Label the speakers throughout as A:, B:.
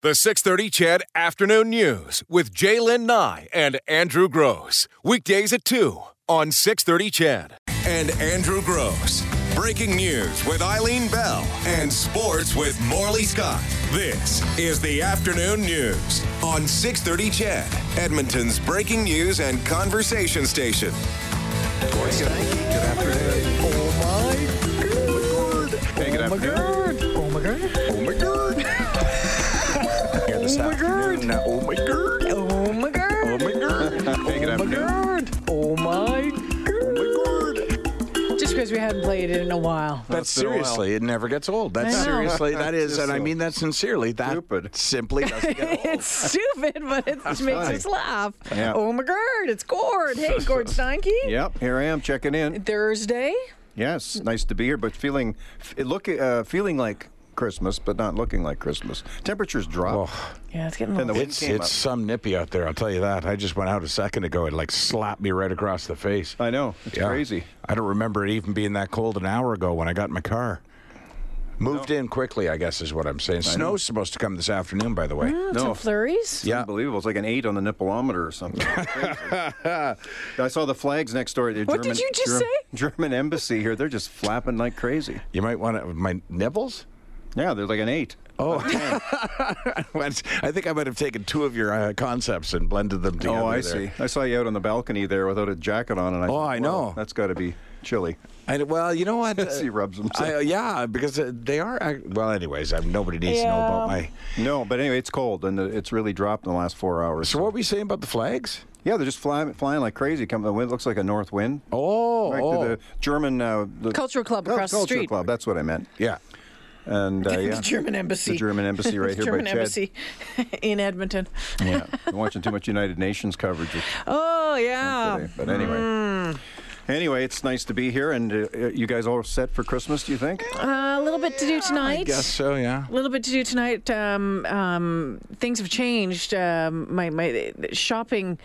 A: The 630 Chad Afternoon News with Jaylen Nye and Andrew Gross. Weekdays at 2 on 630 Chad. And Andrew Gross. Breaking news with Eileen Bell and sports with Morley Scott. This is the afternoon news on 630 Chad, Edmonton's breaking news and conversation station.
B: Good afternoon. Oh my god. Hey, good afternoon. Oh my god. Oh my god. Here this afternoon. Oh my god.
C: Oh my god.
B: Oh my god. Hey, good
C: Oh my
B: afternoon.
C: god. Oh my god.
B: Oh my god.
D: Just because we haven't played it in a while.
C: That's
B: been a while.
C: seriously, it never gets old. That's
D: I know.
C: seriously, that is, and I
B: so
C: mean that sincerely. That
B: stupid.
C: simply doesn't get old.
D: It's stupid, but it makes us laugh.
B: Yeah.
D: Oh my god, it's Gord. Hey, Gord Steinke.
B: Yep, here I am checking in.
D: Thursday.
B: Yes, nice to be here, but feeling it look uh, feeling like Christmas, but not looking like Christmas. Temperatures drop.
D: Yeah, it's getting.
B: And the
D: old.
B: wind
C: It's
B: came
C: it's
B: up.
C: some nippy out there. I'll tell you that. I just went out a second ago. It like slapped me right across the face.
B: I know. It's
C: Yeah.
B: crazy.
C: I don't remember it even being that cold an hour ago when I got in my car. Moved in quickly, I guess is what I'm saying. Snow's supposed to come this afternoon, by the way.
D: Oh,
B: no.
D: Some flurries.
C: Yeah.
B: Unbelievable. It's like an eight on the nippleometer or something. It's crazy. I saw the flags next door. The
D: What did you just say?
B: German embassy here. They're just flapping like crazy.
C: You might want to my nipples.
B: Yeah, they're like an eight.
C: Oh, I think I might have taken two of your uh, concepts and blended them together.
B: oh, I
C: there.
B: see. I saw you out on the balcony there without a jacket on, and I.
C: Oh,
B: thought,
C: I
B: "Well,
C: know.
B: That's got to be chilly.
C: I, well, you know what?
B: He rubs himself.
C: I, uh, yeah, because uh, they are. act- Well, anyways, i nobody needs to know
D: Yeah.
C: about my.
B: No, but anyway, it's cold, and uh, it's really dropped in the last four hours.
C: So what were we saying about the flags?
B: yeah, they're just flying, flying like crazy. Coming, the wind looks like a north wind.
C: Oh,
B: Back
C: oh.
B: to the German uh, the
D: Cultural club
B: Cul-
D: across the
B: culture
D: street.
B: club. That's what I meant.
C: yeah.
B: And uh, yeah,
D: The German embassy.
B: The German embassy right
D: The
B: here
D: German
B: by Chad.
D: embassy in Edmonton.
B: Yeah, been watching too much United Nations coverage with-
D: Oh yeah.
B: today. But anyway,
D: Hmm.
B: anyway, it's nice to be here. And uh, you guys all set for Christmas? Do you think?
D: Uh, a little bit to do tonight.
C: I guess so. Yeah.
D: A little bit to do tonight. Um, um, things have changed. Um, my my shopping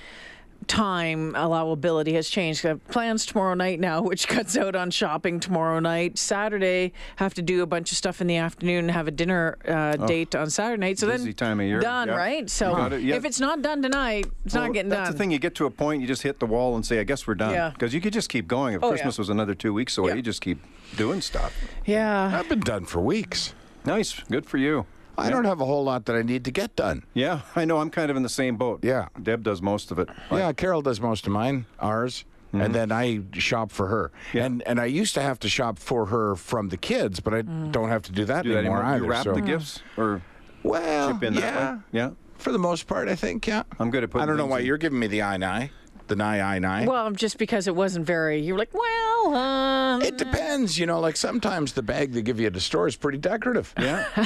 D: time allowability has changed. I have plans tomorrow night now, which cuts out on shopping tomorrow night. Saturday, have to do a bunch of stuff in the afternoon and have a dinner uh, date on Saturday night. So
B: Oh.
D: then
B: Busy time of year.
D: done
B: Yeah.
D: right.
B: You
D: So
B: got it. Yeah.
D: if it's not done tonight, it's
B: Well,
D: not getting
B: that's
D: done.
B: the thing. You get to a point, you just hit the wall and say, "I guess we're done."
D: Yeah.
B: Because you could just keep going. If
D: Oh, yeah.
B: Christmas was another two weeks away,
D: Yeah.
B: you just keep doing stuff.
D: Yeah.
C: I've been done for weeks.
B: Nice, good for you.
C: I don't have a whole lot that I need to get done.
B: Yeah, I know. I'm kind of in the same boat.
C: Yeah.
B: Deb does most of it.
C: Yeah, Carol does most of mine, ours,
B: Mm-hmm.
C: and then I shop for her. And and I used to have to shop for her from the kids, but I
D: Mm.
C: don't have to do that
B: Do that
C: anymore
B: anymore?
C: either.
B: you wrap
C: so-
B: the gifts or
C: Well,
D: Oh,
B: chip in
C: yeah,
B: that way? Yeah.
C: for the most part, I think. Yeah,
B: I'm good at
C: I
B: putting
C: don't know
B: things
C: why
B: in.
C: you're giving me the eye and eye, the nigh eye and eye.
D: Well, just because it wasn't very, you were like, well, um,
C: It depends, you know. Like sometimes the bag they give you at a store is pretty decorative.
B: Yeah.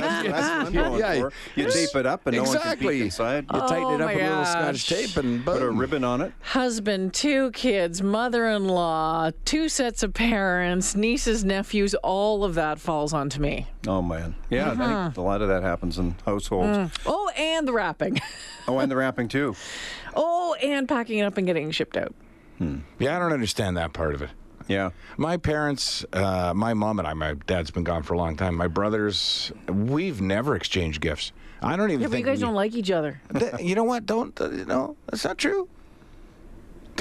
B: That's what I'm going
C: Yeah.
B: for. You tape it up and no one can
C: exactly.
B: peek inside.
C: You tighten it
D: Oh
C: up
D: my
C: with a little
D: gosh.
C: scotch tape and
B: Put a
C: boom.
B: ribbon on it.
D: husband, two kids, mother in law, two sets of parents, nieces, nephews, all of that falls onto me.
B: Oh man. Yeah, I
D: Uh-huh.
B: think a lot of that happens in households.
D: Oh, and the wrapping.
B: Oh, and the wrapping too.
D: Oh, and packing it up and getting it shipped out.
C: Yeah, I don't understand that part of it.
B: Yeah.
C: My parents, uh, my mom and I, my dad's been gone for a long time. My brothers, we've never exchanged gifts. I don't even
D: Yeah, but you
C: think
D: guys
C: we-
D: don't like each other.
C: Th- you know what? Don't uh, you know? That's not true.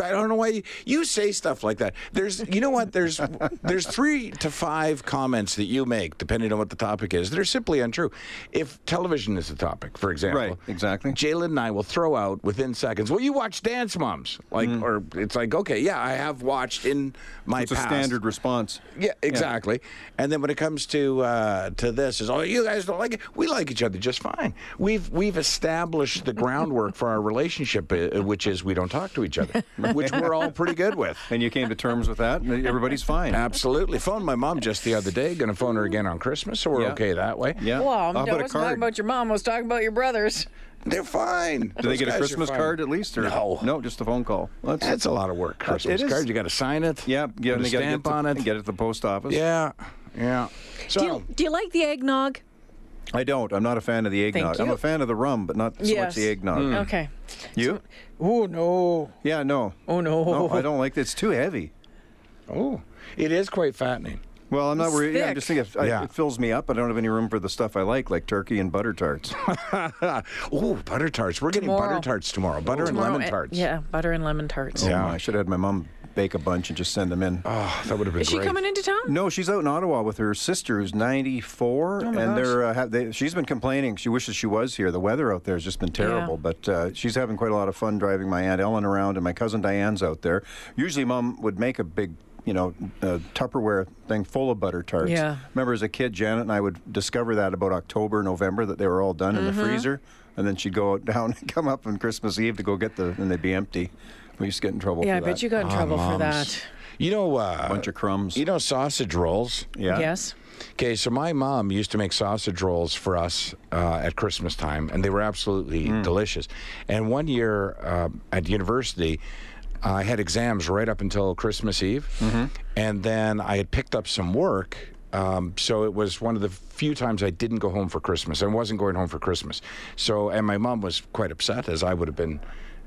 C: I don't know why you, you say stuff like that. There's, you know what? There's, there's three to five comments that you make depending on what the topic is. that are simply untrue. If television is the topic, for example,
B: Right, exactly.
C: Jalen and I will throw out within seconds. Well, you watch Dance Moms, like, or it's like, okay, yeah, I have watched in my
B: Mm. It's a
C: past.
B: standard response.
C: Yeah, exactly. And then when it comes to uh, to this, is oh, you guys don't like it. We like each other just fine. We've we've established the groundwork for our relationship, uh, which is we don't talk to each other, which we're all pretty good with.
B: And you came to terms with that and everybody's fine.
C: Absolutely. Phoned my mom just the other day. Going to phone her again on Christmas, so we're
B: Yeah.
C: okay that way.
B: Yeah.
D: Well, I'm,
B: How
D: I
B: about a
D: was talking
B: card?
D: about your mom. I was talking about your brothers.
C: they're fine.
B: Do they get a Christmas card at least? Or
C: No.
B: No, just a phone call. Well, that's-
C: That's a lot of work. Christmas
B: is.
C: card. You got to sign it.
B: Yeah, yeah, and
C: Put a
B: they gotta
C: stamp
B: get to,
C: on it.
B: Get it at the post office.
C: yeah. Yeah. So.
D: Do you, do you like the eggnog?
B: I don't. I'm not a fan of the eggnog. I'm
D: you.
B: a fan of the rum, but not so much
D: Yes. Mm.
B: the eggnog.
D: Okay.
B: You?
D: Oh, no.
B: Yeah, no.
D: Oh, no.
B: No, I don't like it. It's too heavy.
C: oh, it is quite fattening.
B: Well, I'm not
D: It's
B: worried. Yeah, I'm
D: thick.
B: just thinking if I,
C: Yeah.
B: it fills me up. I don't have any room for the stuff I like, like turkey and butter tarts.
C: Ooh, butter tarts. We're getting
D: Tomorrow.
C: butter tarts tomorrow. Butter
D: Tomorrow,
C: and lemon
D: eh,
C: tarts.
D: Yeah, butter and lemon tarts.
C: Yeah.
B: Oh, I should have had my mom bake a bunch and just send them in.
C: Oh, that would have been
D: Is she
C: great.
D: coming into town?
B: No, she's out in Ottawa with her sister, who's
D: Oh,
B: 94, and they're uh, ha- they, she's been complaining. She wishes she was here. The weather out there has just been terrible, but uh, she's having quite a lot of fun driving my aunt Ellen around, and my cousin Diane's out there. Usually, mom would make a big. You know, uh, Tupperware thing full of butter tarts.
D: Yeah.
B: Remember, as a kid, Janet and I would discover that about October, November, that they were all done
D: Mm-hmm.
B: in the freezer, and then she'd go out down and come up on Christmas Eve to go get the, and they'd be empty. We used to get in trouble.
D: Yeah, I
B: for
D: bet
B: that.
D: you got in trouble for
C: Moms.
D: that.
C: You know, uh,
B: bunch of crumbs.
C: you know, sausage rolls.
B: yeah.
D: Yes.
C: Okay, so my mom used to make sausage rolls for us uh, at Christmas time, and they were absolutely delicious. And one year um at university, I had exams right up until Christmas Eve, and then I had picked up some work. Um, so it was one of the few times I didn't go home for Christmas. I wasn't going home for Christmas. So, and my mom was quite upset, as I would have been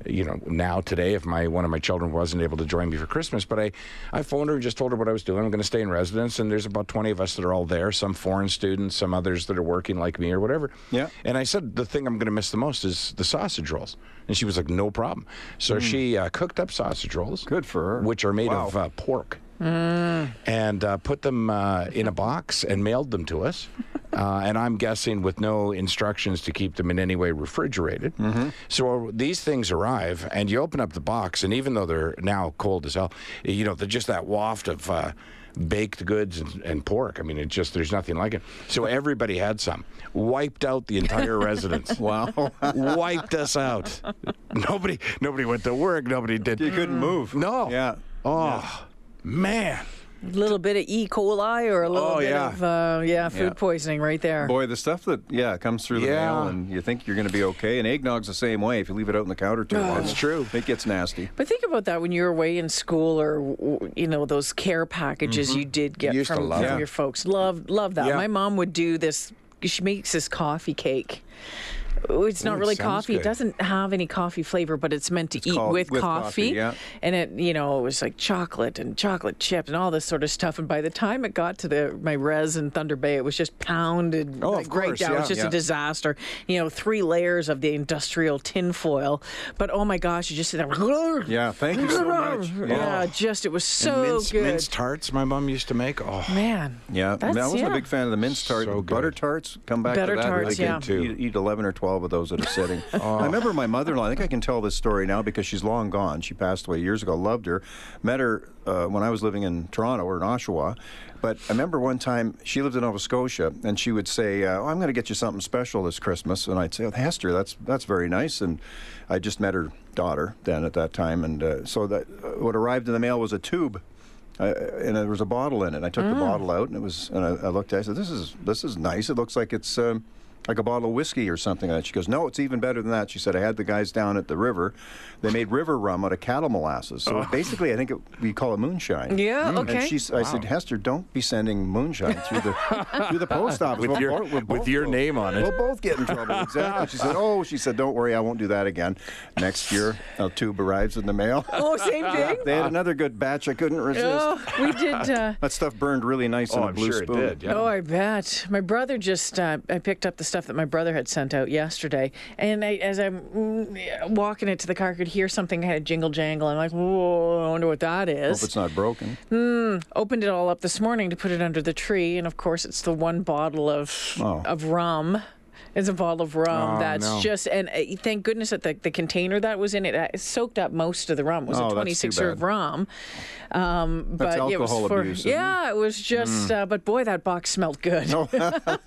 C: you know now today if my one of my children wasn't able to join me for christmas but i i phoned her and just told her what i was doing i'm going to stay in residence and there's about 20 of us that are all there some foreign students some others that are working like me or whatever
B: Yeah.
C: and i said the thing i'm going to miss the most is the sausage rolls and she was like no problem so she uh, cooked up sausage rolls
B: Good for her.
C: which are made of uh, pork and uh, put them uh, in a box and mailed them to us. Uh, and I'm guessing with no instructions to keep them in any way refrigerated.
B: Mm-hmm.
C: So uh, these things arrive, and you open up the box, and even though they're now cold as hell, you know, they're just that waft of uh, baked goods and, and pork. I mean, it just, there's nothing like it. So everybody had some, wiped out the entire residence.
B: Wow.
C: Wiped us out. Nobody, nobody went to work. Nobody did.
B: You couldn't move.
C: No.
B: Yeah.
C: Oh, man.
D: A little bit of E. coli or a little
B: Oh,
D: bit
B: yeah.
D: of uh, yeah, food
B: Yeah.
D: poisoning right there.
B: Boy, the stuff that yeah comes through the
C: Yeah.
B: mail, and you think you're going to be okay. And eggnog's the same way. If you leave it out on the counter too long,
C: That's true.
B: It gets nasty.
D: But think about that when you were away in school, or w- w- you know those care packages you did get
C: Used to
D: from,
C: love
D: from
C: it.
D: your folks. Love, love that.
C: Yeah.
D: My mom would do this. She makes this coffee cake. Oh, It's not
C: it
D: really
C: sounds
D: coffee. It
C: good.
D: doesn't have any coffee flavor, but it's meant to eat
B: called-
D: with,
B: with coffee,
D: coffee.
B: yeah.
D: And it, you know, it was like chocolate and chocolate chip and all this sort of stuff. And by the time it got to the my res in Thunder Bay, it was just pounded
B: Oh,
D: like,
B: of
D: right
B: course,
D: down. it was
B: yeah,
D: just a
B: yeah.
D: disaster. You know, three layers of the industrial tinfoil. But oh my gosh, you just sit there.
B: Yeah. Thank you so much.
D: Yeah,
B: Yeah.
D: just it was
C: And
D: so
C: mince,
D: good.
C: mince tarts my mom used to make. Oh,
D: Man.
B: Yeah, I, mean, I
D: That's-
B: wasn't
D: yeah.
B: a big fan of the mince tart.
C: So
B: The
C: good.
B: butter tarts, come back
D: Butter
B: to that.
D: tarts,
B: I
D: yeah.
B: could eat, eat 11 or 12 of those at a sitting. Oh. I remember my mother-in-law, I think I can tell this story now because she's long gone. She passed away years ago. Loved her. Met her uh, when I was living in Toronto or in Oshawa. But I remember one time she lived in Nova Scotia, and she would say, uh, oh, "I'm going to get you something special this Christmas," and I'd say, "Oh, Hester, that's that's very nice." And I just met her daughter then at that time, and uh, so that uh, what arrived in the mail was a tube uh, and there was a bottle in it. I took
C: Mm.
B: the bottle out, and it was. And I, I looked at. it, I said, "This is this is nice. It looks like it's um, like a bottle of whiskey or something." like that. She goes, "No, it's even better than that." She said, "I had the guys down at the river. They made river rum out of cattle molasses. So
C: Oh.
B: basically, I think it, we call it moonshine." Mm.
D: Yeah,
B: And
D: okay.
B: she, s- I said, Hester, don't be sending moonshine through the through the post office
C: With
B: We'll
C: your-
B: bo- we'll
C: with
B: both
C: your
B: go-
C: name on it."
B: We'll both get in trouble. Exactly. She said, "Oh," she said, "Don't worry, I won't do that again." Next year, a tube arrives in the mail.
D: Oh, same thing?
B: They had another good batch I couldn't resist.
D: Oh, we did. Uh,
B: That stuff burned really nice in a blue spoon.
D: Oh, I bet. My brother just, uh, I picked up the stuff that my brother had sent out yesterday. And I, as I'm mm, walking it to the car, I could hear something kind of jingle jangle. I'm like, whoa, I wonder what that
B: Hope
D: is.
B: it's not broken.
D: Opened it all up this morning to put it under the tree. And of course, it's the one bottle of,
B: Oh.
D: of rum. It's a bottle of rum
C: Oh,
D: that's
C: no.
D: just, and uh, thank goodness that the, the container that was in it uh, soaked up most of the rum. It was
B: Oh,
D: a
B: that's too
D: 26 year
B: bad.
D: of rum. Um, but
B: That's
D: it was
B: alcohol
D: for,
B: abuse, isn't it? Mm.
D: Yeah, it was just, uh, but boy, that box smelled good.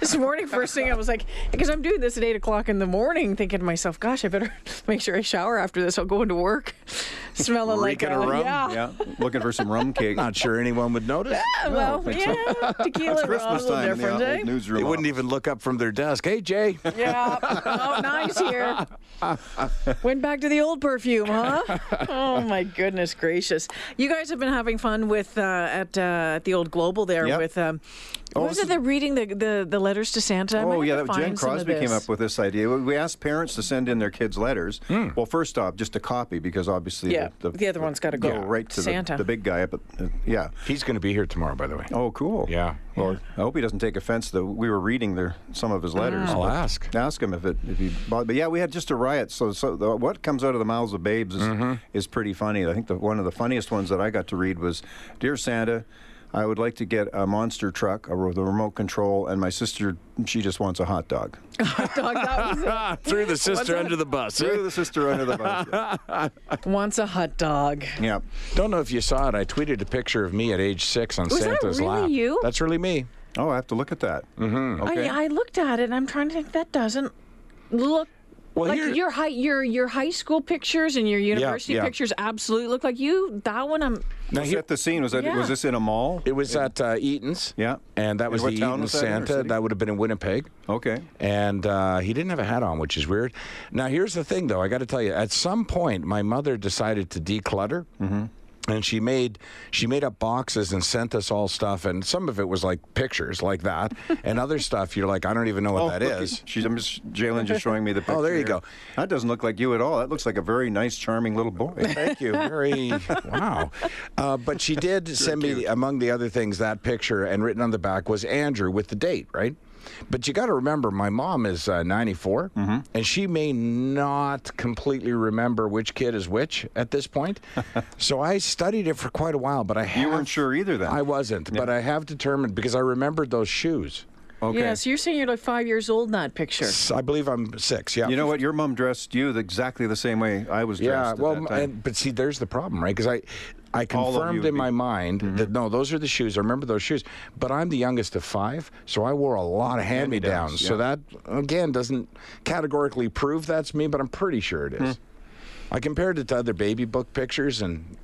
D: this morning, first thing I was like, because I'm doing this at eight o'clock in the morning, thinking to myself, "Gosh, I better make sure I shower after this. I'll go into work smelling like
C: Reeking of rum?
D: Yeah,
B: Yeah, looking for some rum cake.
C: Not sure anyone would notice.
D: well, yeah, tequila rum, a
B: Christmas
D: little
B: time in
D: different,
B: the
D: eh?
B: old newsroom.
C: They wouldn't even look up from their desk. Hey, Jay.
D: Yeah. Oh, nice here. Went back to the old perfume, huh? Oh my goodness gracious! You guys have been having fun with uh, at uh, at the old Global there
B: Yep.
D: with. Um,
B: Oh,
D: what was
B: this
D: it? They're reading the, the, the letters to Santa. I might
B: Oh
D: have
B: yeah,
D: to
B: that, Jen
D: find some of
B: Crosby came
D: this.
B: up with
C: Hmm.
B: this idea. We we asked parents to send in their kids' letters. Well, first off, just a copy because obviously
D: Yeah.
B: the,
D: The other one's gotta go.
B: right to the-
D: Santa.
B: The, big guy up at uh, yeah.
C: He's going to be here tomorrow, by the way.
B: Oh, cool.
C: Yeah.
B: Well, I hope he doesn't take offense that we were reading their, some of his letters.
C: I'll
B: but
C: ask.
B: Ask him if it if he. But but yeah, we had just a riot. So so the, what comes out of the mouths of babes is,
C: Mm-hmm.
B: is pretty funny. I think the, one of the funniest ones that I got to read was, "Dear Santa." I would like to get a monster truck a, with a remote control, and my sister, she just wants a hot dog.
D: Dog, that was
C: Ah, threw the sister under the bus. eh?
B: Threw the sister under the bus. Yeah.
D: it. Wants a hot dog.
B: Yeah.
C: Don't know if you saw it. I tweeted a picture of me at age six on
D: Was that
C: Santa's
D: really
C: lap.
D: you?
C: That's really me.
B: Oh, I have to look at that. Mm-hmm. Okay.
D: I, I looked at it and I'm trying to think that doesn't look
C: Well,
D: like
C: here-
D: your high your your high school pictures and your university
C: yeah.
D: pictures absolutely look like you. That one I'm
C: Now,
B: was
C: here-
B: that the scene? Was that
D: Yeah.
B: was this in a mall?
C: it was at uh, Eaton's.
B: Yeah.
C: And that
B: And
C: was
B: what
C: the
B: town
C: Eaton
B: was that in, or
C: Santa.
B: city?
C: That would have been in Winnipeg.
B: Okay.
C: and uh, he didn't have a hat on, which is weird. Now, here's the thing, though. I got to tell you, at some point, my mother decided to declutter.
B: Mm-hmm.
C: And she made she made up boxes and sent us all stuff, and some of it was like pictures like that, and other stuff you're like, I don't even know what that
B: Oh, look at-
C: is.
B: She's I'm just Jalen just showing me the picture.
C: Oh, there you
B: here.
C: go.
B: That doesn't look like you at all. That looks like a very nice, charming little boy.
C: Thank you. Very wow. Uh, but she did send me, among the other things, that picture, and written on the back was Andrew with the date, right? But you got to remember, my mom is uh, 94,
B: Mm-hmm.
C: and she may not completely remember which kid is which at this point. so I studied it for quite a while, but I
B: you
C: have-
B: weren't sure either then.
C: I wasn't, but I have determined because I remembered those shoes.
B: okay.
D: Yeah, so you're saying you're like five years old in that picture.
C: S- I believe I'm six. Yeah.
B: You know what? Your mom dressed you the- exactly the same way I was dressed.
C: Yeah,
B: at
C: well,
B: that
C: m-
B: time.
C: and, but see, there's the problem, right? Because I, I
B: All of you
C: confirmed
B: would
C: in
B: be- Mm-hmm.
C: my mind that no, those are the shoes. I remember those shoes, but I'm the youngest of five, so I wore a lot of hand-me-downs. So that again doesn't categorically prove that's me, but I'm pretty sure it is.
B: Hmm.
C: I compared it to other baby book pictures, and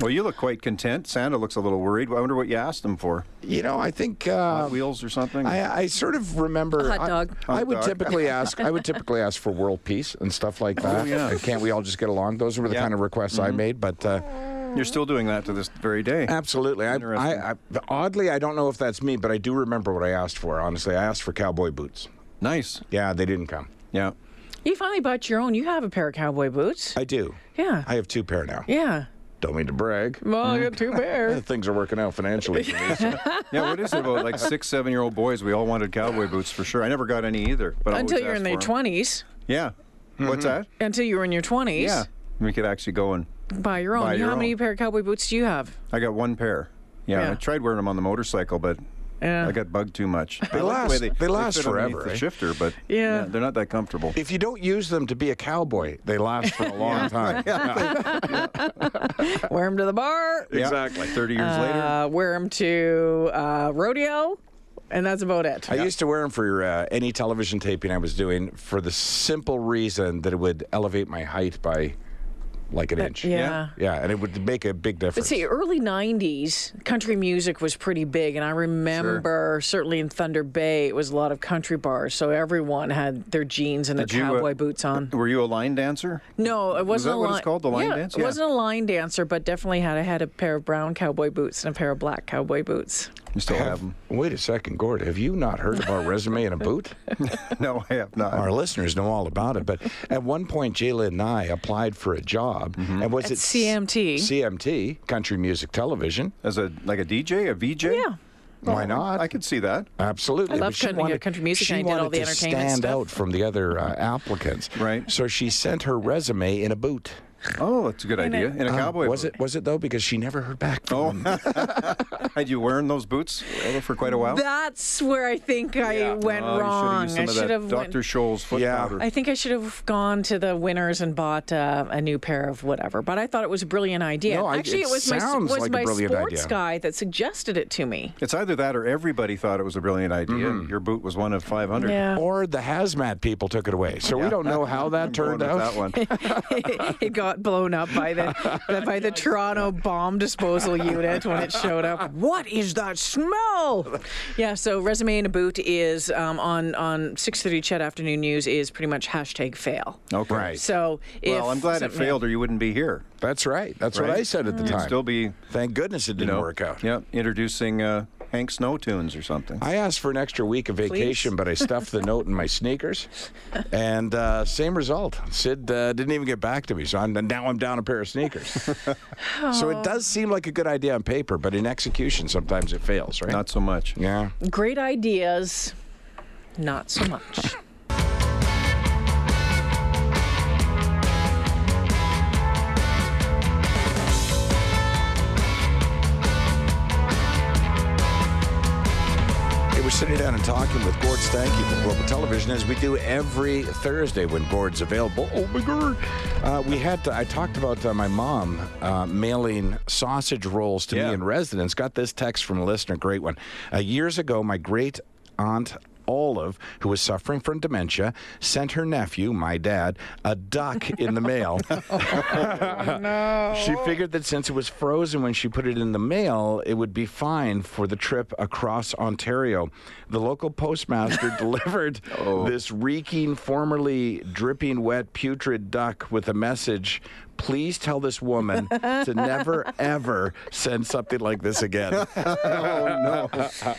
B: well, you look quite content. Santa looks a little worried. I wonder what you asked him for.
C: you know, I think uh,
B: Hot wheels or something?
C: I, uh, I sort of remember.
D: A hot dog.
C: I, I
B: Hot
C: would
B: dog. Oh,
C: typically ask. I would typically ask for world peace and stuff like that.
B: yeah.
C: Uh, Can't we all just get along? Those were the
B: Yeah. Mm-hmm.
C: kind of requests I made, but. Uh,
B: You're still doing that to this very day.
C: Absolutely. I,
B: Interesting.
C: I, I, oddly, I don't know if that's me, but I do remember what I asked for. Honestly, I asked for cowboy boots.
B: Nice.
C: Yeah, they didn't come.
B: Yeah.
D: You finally bought your own. You have a pair of cowboy boots.
C: I do.
D: yeah.
C: I have two pair now.
D: yeah.
C: Don't mean to brag.
D: Well, I got two pairs.
C: Things are working out financially. for me, so-
B: Yeah, what is it about like six, seven year old boys? We all wanted cowboy boots for sure. I never got any either. But I
D: Until
B: always
D: you're in
B: asked
D: your
B: for 'em.
D: twenties.
B: Yeah. What's
C: Mm-hmm.
B: that?
D: Until you were in your twenties.
B: Yeah. We could actually go and
D: Buy your own.
B: Buy your
D: How many
B: own.
D: pair of cowboy boots do you have?
B: I got one pair. Yeah,
D: Yeah.
B: I tried wearing them on the motorcycle, but
D: Yeah.
B: I got bugged too much. They
C: last- they last
B: fit underneath
C: forever,
B: The
C: eh?
B: shifter, but
D: Yeah.
B: they're not that comfortable.
C: if you don't use them to be a cowboy, they last for a long time.
D: Wear them to the bar.
B: Yeah, Thirty years later,
D: Uh, wear them to uh, rodeo, and that's about it.
C: I used to wear them for uh, any television taping I was doing for the simple reason that it would elevate my height by like
B: Uh,
C: an inch.
D: yeah.
C: Yeah, and it would make a big
D: But
C: difference.
D: see, early 90s, country music was pretty big. And I remember, certainly in Thunder Bay, it was a lot of country bars. So everyone had their jeans and their
B: you, uh,
D: cowboy boots on.
B: were you a line dancer?
D: No, it wasn't
B: that
D: a
B: what
D: line.
B: it's called, the line
D: yeah,
B: dance?
D: It
B: Yeah.
D: wasn't a line dancer, but definitely had I had a pair of brown cowboy boots and a pair of black cowboy boots.
B: You still have
C: Have-
B: them?
C: Wait a second, Gord. Have you not heard of our resume in a boot?
B: No, I have not.
C: Our listeners know all about it. But at one point, Jayla and I applied for a job,
B: Mm-hmm.
C: and was
D: At
C: it s-
D: CMT.
C: CMT, Country Music Television.
B: As a like a DJ, a VJ.
D: Yeah.
C: Why not?
B: I could see that.
C: Absolutely.
D: I love
C: But she
D: country- country music,
C: She
D: and I did
C: wanted
D: all the
C: to
D: entertainment
C: stand
D: stuff.
C: out from the other uh, applicants.
B: Right.
C: So she sent her resume in a boot.
B: Oh, that's a good idea. In a Oh. cowboy.
C: Um, was
B: boot.
C: it? Was it though? Because she never heard back from. them.
B: Had you wearing those boots for quite a while?
D: That's where I think I went
B: Oh, you should've
D: wrong.
B: used some
D: I
B: of
D: should
B: that
D: have went.
B: Dr. Scholl's foot
C: Yeah.
B: powder.
D: I think I should have gone to the winners and bought uh, a new pair of whatever. But I thought it was a brilliant idea.
C: No, I-
D: Actually,
C: it
D: it, was my
C: sounds
D: was
C: like a
D: my
C: brilliant
D: sports
C: idea.
D: guy that suggested it to me.
B: It's either that or everybody thought it was a brilliant idea.
C: Mm-hmm.
B: Your boot was one of 500.
D: Yeah,
C: Or the hazmat people took it away. So we don't know how that
B: Going
C: turned
B: with
C: out.
B: that one.
D: it got blown up by the, the by the Toronto bomb disposal unit when it showed up. What is that smell? Yeah. So resume in a boot is um, on on six thirty Chet afternoon news is pretty much hashtag fail.
B: Okay.
C: Right.
D: So if
B: Well, I'm glad it
D: something-
B: failed, or you wouldn't be here.
C: That's right. That's what
B: Right?
C: I said at the
B: You'd
C: time.
B: still be, you
C: Thank goodness it didn't
B: know,
C: work out.
B: Yeah, introducing uh, Hank Snow tunes or something.
C: I asked for an extra week of vacation, but I stuffed the note in my sneakers, and uh, same result. Sid uh, didn't even get back to me, so I'm, now I'm down a pair of sneakers. so it does seem like a good idea on paper, but in execution, sometimes it fails, right?
B: Not so much.
C: yeah.
D: Great ideas, not so much.
C: Hey, we're sitting down and talking with Gord Stanky from Global Television, as we do every Thursday when Gord's available. Oh my God! Uh, we had to, I talked about uh, my mom uh, mailing sausage rolls to me
B: Yeah.
C: in residence. Got this text from a listener, great one. Uh, years ago, my great aunt. Olive, who was suffering from dementia, sent her nephew, my dad, a duck in the mail. She figured that since it was frozen when she put it in the mail, it would be fine for the trip across Ontario. The local postmaster delivered this reeking, formerly dripping wet, putrid duck with a message. Please tell this woman to never, ever send something like this again.
D: And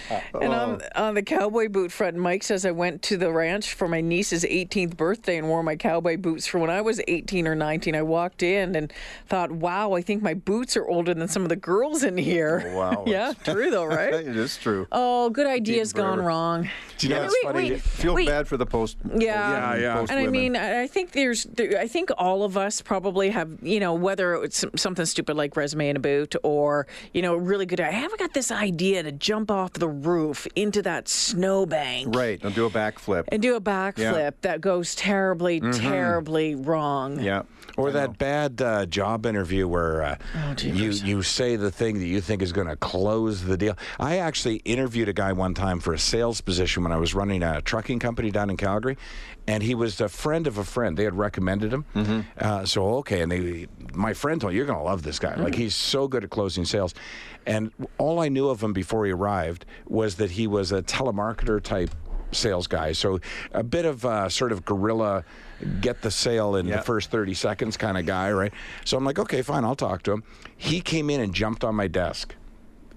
D: on,
C: Oh.
D: on the cowboy boot front, Mike says I went to the ranch for my niece's 18th birthday and wore my cowboy boots from when I was 18 or 19. I walked in and thought, wow, I think my boots are older than some of the girls in here.
B: Wow,
D: yeah, true though, right?
B: it is true.
D: Oh, good ideas
B: Deep
D: gone
B: burr.
D: wrong.
C: Do you know
D: Yeah,
C: what's
D: wait,
C: funny?
D: wait.
B: Feel
D: Wait.
B: bad for the post.
D: Yeah.
C: Yeah, yeah.
B: post
D: And I
B: Mm, women.
D: mean, I I think there's, there, I think all of us probably have, you know, whether it's some- something stupid like resume in a boot or, you know, really good. I haven't got this idea to jump off the roof into that snowbank.
B: right? Don't do a backflip.
D: And do a backflip that goes terribly,
C: Mm-hmm.
D: terribly wrong.
B: Yeah.
C: Or that bad uh, job interview where uh, you you say the thing that you think is going to close the deal. I actually interviewed a guy one time for a sales position when I was running a trucking company down in Calgary, and he was a friend of a friend. They had recommended him, uh, so okay. And they, my friend told me, you're going to love this guy. Like he's so good at closing sales, and all I knew of him before he arrived was that he was a telemarketer type sales guy. So a bit of uh, sort of guerrilla, get the sale in the
B: Yeah.
C: first 30 seconds kind of guy, right? So I'm like, okay, fine, I'll talk to him. He came in and jumped on my desk.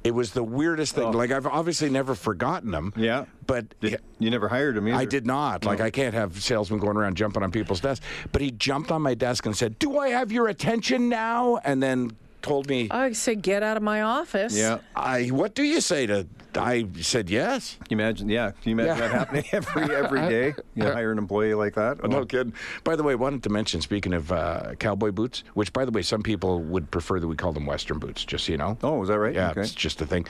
C: It was the weirdest thing. Like I've obviously never forgotten him.
B: Oh. Yeah.
C: But
B: Did- you never hired him either.
C: I did not. Like, I can't have salesmen going around jumping on people's desks. But he jumped on my desk and said, Do I have your attention now? And then told me,
D: I say, get out of my office.
B: Yeah.
C: I, what do you say to? I said, Yes.
B: Can you imagine? Yeah. Can you imagine
C: Yeah.
B: that happening every every day? You hire an employee like that?
C: No
B: Oh.
C: kidding. By the way, wanted to mention, speaking of uh, cowboy boots, which, by the way, some people would prefer that we call them Western boots, just so you know.
B: Oh, is that right?
C: Yeah,
B: Okay.
C: it's just a thing.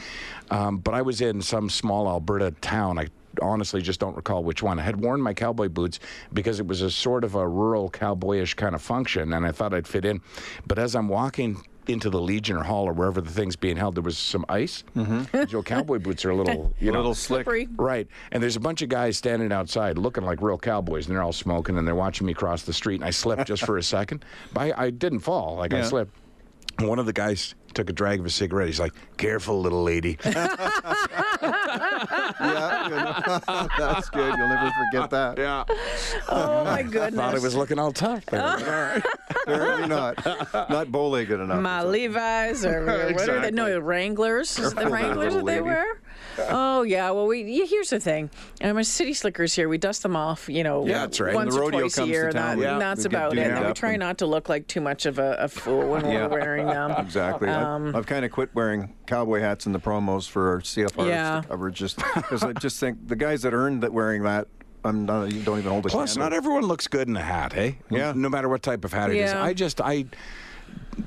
C: Um, but I was in some small Alberta town. I honestly just don't recall which one. I had worn my cowboy boots because it was a sort of a rural cowboyish kind of function, and I thought I'd fit in. But as I'm walking into the Legion or Hall or wherever the thing's being held, there was some ice. Mm-hmm. Your cowboy boots are a little, you
B: A
C: know,
B: little slick.
D: Free.
C: Right. And there's a bunch of guys standing outside looking like real cowboys, and they're all smoking, and they're watching me cross the street, and I slipped just for a second. But I, I didn't fall. Like, I
B: Yeah.
C: slipped. And one of the guys took a drag of a cigarette. He's like, careful, little lady.
B: Yeah. you know, That's good. You'll never forget that.
C: yeah.
D: Oh, my goodness.
C: Thought I was looking all tough. there.
B: Apparently not. Not bow-legged enough.
D: my Levi's or what are they? No, Wranglers. Is it the
B: Careful,
D: Wranglers that
B: little
D: they
B: lady.
D: wear? Oh yeah. Well, we yeah, here's the thing. I'm a city slickers here. We dust them off, you know,
C: Yeah, that's right. When
D: once
B: the
D: or
B: rodeo
D: twice a
B: comes to
D: year, and,
B: town,
D: that-
B: yeah,
D: and that's
B: we get
D: about it.
B: dewed
D: And we
B: up
D: try
B: and-
D: not to look like too much of a, a fool when
B: Yeah.
D: we're wearing them.
B: Exactly. I've- I've, kind of quit wearing cowboy hats in the promos for our CFR
D: Yeah.
B: coverage, just because I just think the guys that earned that wearing that, I'm not. You don't even hold a
C: Plus,
B: candle.
C: not everyone looks good in a hat, eh?
B: Yeah.
C: No matter what type of hat it is.
D: Yeah.
C: I just, I,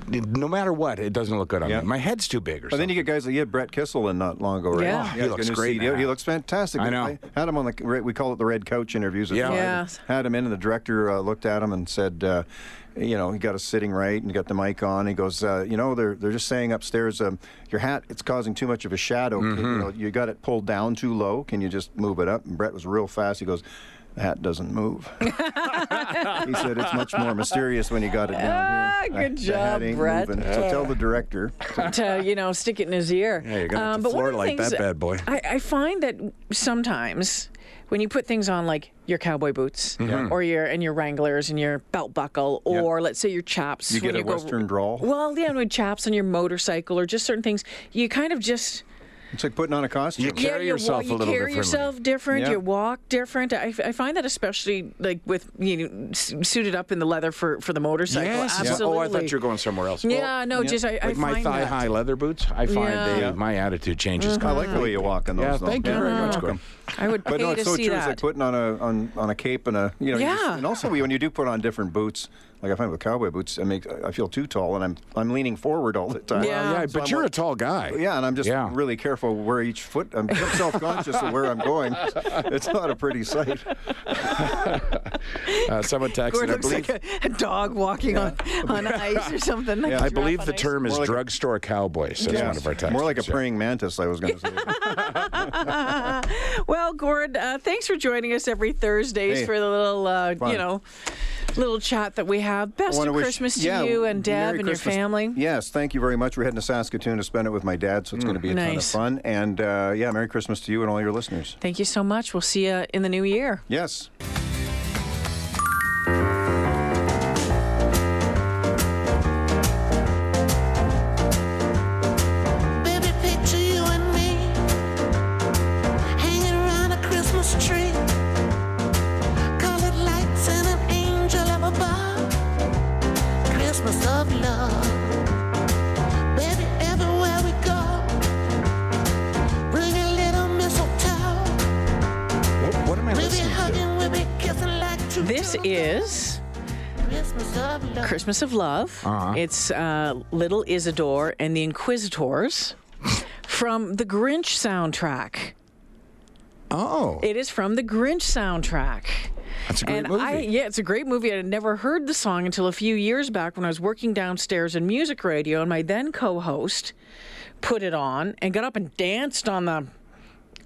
C: no matter what, it doesn't look good on
B: Yeah.
C: me. My head's too big or
B: But
C: something.
B: then you get guys like you had Brett Kissel in not long ago, right?
D: Yeah. Oh,
C: he
B: he's
C: looks
B: gonna
C: great
B: see-
C: in that
B: He
C: hat.
B: looks fantastic.
C: I know.
B: had him on the right. We call it the red couch interviews. at
C: Yeah.
B: Pride.
D: Yeah.
B: Had him in, and the director uh, looked at him and said, uh, "You know, he got us sitting right, and he got the mic on. He goes, uh, you know, they're they're just saying upstairs, um, your hat it's causing too much of a shadow. Can-
C: Mm-hmm.
B: You, know, you got it pulled down too low. Can you just move it up?" And Brett was real fast. He goes. The hat doesn't move. he said it's much more mysterious when you got it down
D: Ah,
B: here.
D: good
B: The hat
D: job,
B: ain't
D: Brett.
B: moving." So tell the director.
D: to you know stick it in his ear. Um,
C: Yeah, you're gonna have to
D: but one
C: floor
D: of the
C: like
D: things
C: that bad boy.
D: I, I find that sometimes when you put things on like your cowboy boots
C: Mm-hmm.
D: or your and your Wranglers and your belt buckle or let's say your chaps,
B: You
D: when
B: get a
D: go-
B: Western drawl.
D: Well, yeah, and with chaps on your motorcycle or just certain things, you kind of just.
B: It's like putting on a costume.
C: You carry yourself
D: wa-
C: a little
D: You carry
C: differently.
D: yourself different.
B: Yeah.
D: You walk different. I, f- I find that especially like with you know, s- suited up in the leather for, for the motorcycle.
C: Yes. Yeah.
D: Absolutely.
C: Oh, I thought you were going somewhere else.
D: Yeah, no, just I, I
C: Like
D: find
C: my thigh
D: that.
C: high leather boots, I find
D: Yeah.
C: they
D: Yeah. Mm-hmm.
C: my attitude changes.
B: I like the way you walk in those.
C: Yeah,
B: though.
C: thank you very much, Gordon.
D: I would pay
B: But no,
D: to
B: it's so
D: see
B: true. It's like
D: that.
B: putting on a on, on a cape and a you know. you just-
D: Yeah.
B: and also when you do put on different boots, like I find with cowboy boots, I make I feel too tall and I'm I'm leaning forward all the time.
D: Yeah.
C: Yeah,
B: So
C: but
B: I'm
C: you're a
B: like-
C: tall guy.
B: Yeah, and I'm just
C: Yeah.
B: really careful where each foot. I'm self conscious of where I'm going. It's not a pretty sight.
C: Uh, someone texted. I
D: Gordon looks
C: believe,
D: like a, a dog walking on, on ice or something. like
B: Yeah.
D: a
B: I
C: I believe
D: giraffe
C: the
D: on ice.
C: term is
B: More like a-
C: drugstore cowboy. Says
B: Yeah.
C: one of our texters.
B: More like a
C: Yeah.
B: praying mantis. I was going to say.
D: Well, Gord, uh, thanks for joining us every Thursdays
B: Hey.
D: for the little, uh,
B: Fun.
D: you know, little chat that we have. Best
B: wanna
D: of
B: wish-
D: Christmas to
B: yeah,
D: you and Deb
B: Merry
D: and
B: Christmas.
D: your family.
B: Yes, thank you very much. We're heading to Saskatoon to spend it with my dad, so it's going to be a
D: Mm. Nice.
B: ton of fun. And uh, yeah, Merry Christmas to you and all your listeners.
D: Thank you so much. We'll see you in the new year.
B: Yes.
E: Baby, picture you and me hanging around a Christmas tree, colored lights and an angel up above. Christmas of love, baby. Everywhere we go, bring a little mistletoe.
C: What, what am I
E: We'll be
C: listening to?
E: hugging, we'll be kissing like two.
D: This is
E: Christmas of love.
D: Christmas of Love.
B: Uh-huh.
D: It's uh, Little Isidore and the Inquisitors from the Grinch soundtrack.
C: Oh,
D: It is from the Grinch soundtrack.
C: that's a great
D: And
C: movie.
D: I, yeah, it's a great movie. I had never heard the song until a few years back when I was working downstairs in music radio, and my then co host put it on and got up and danced on the.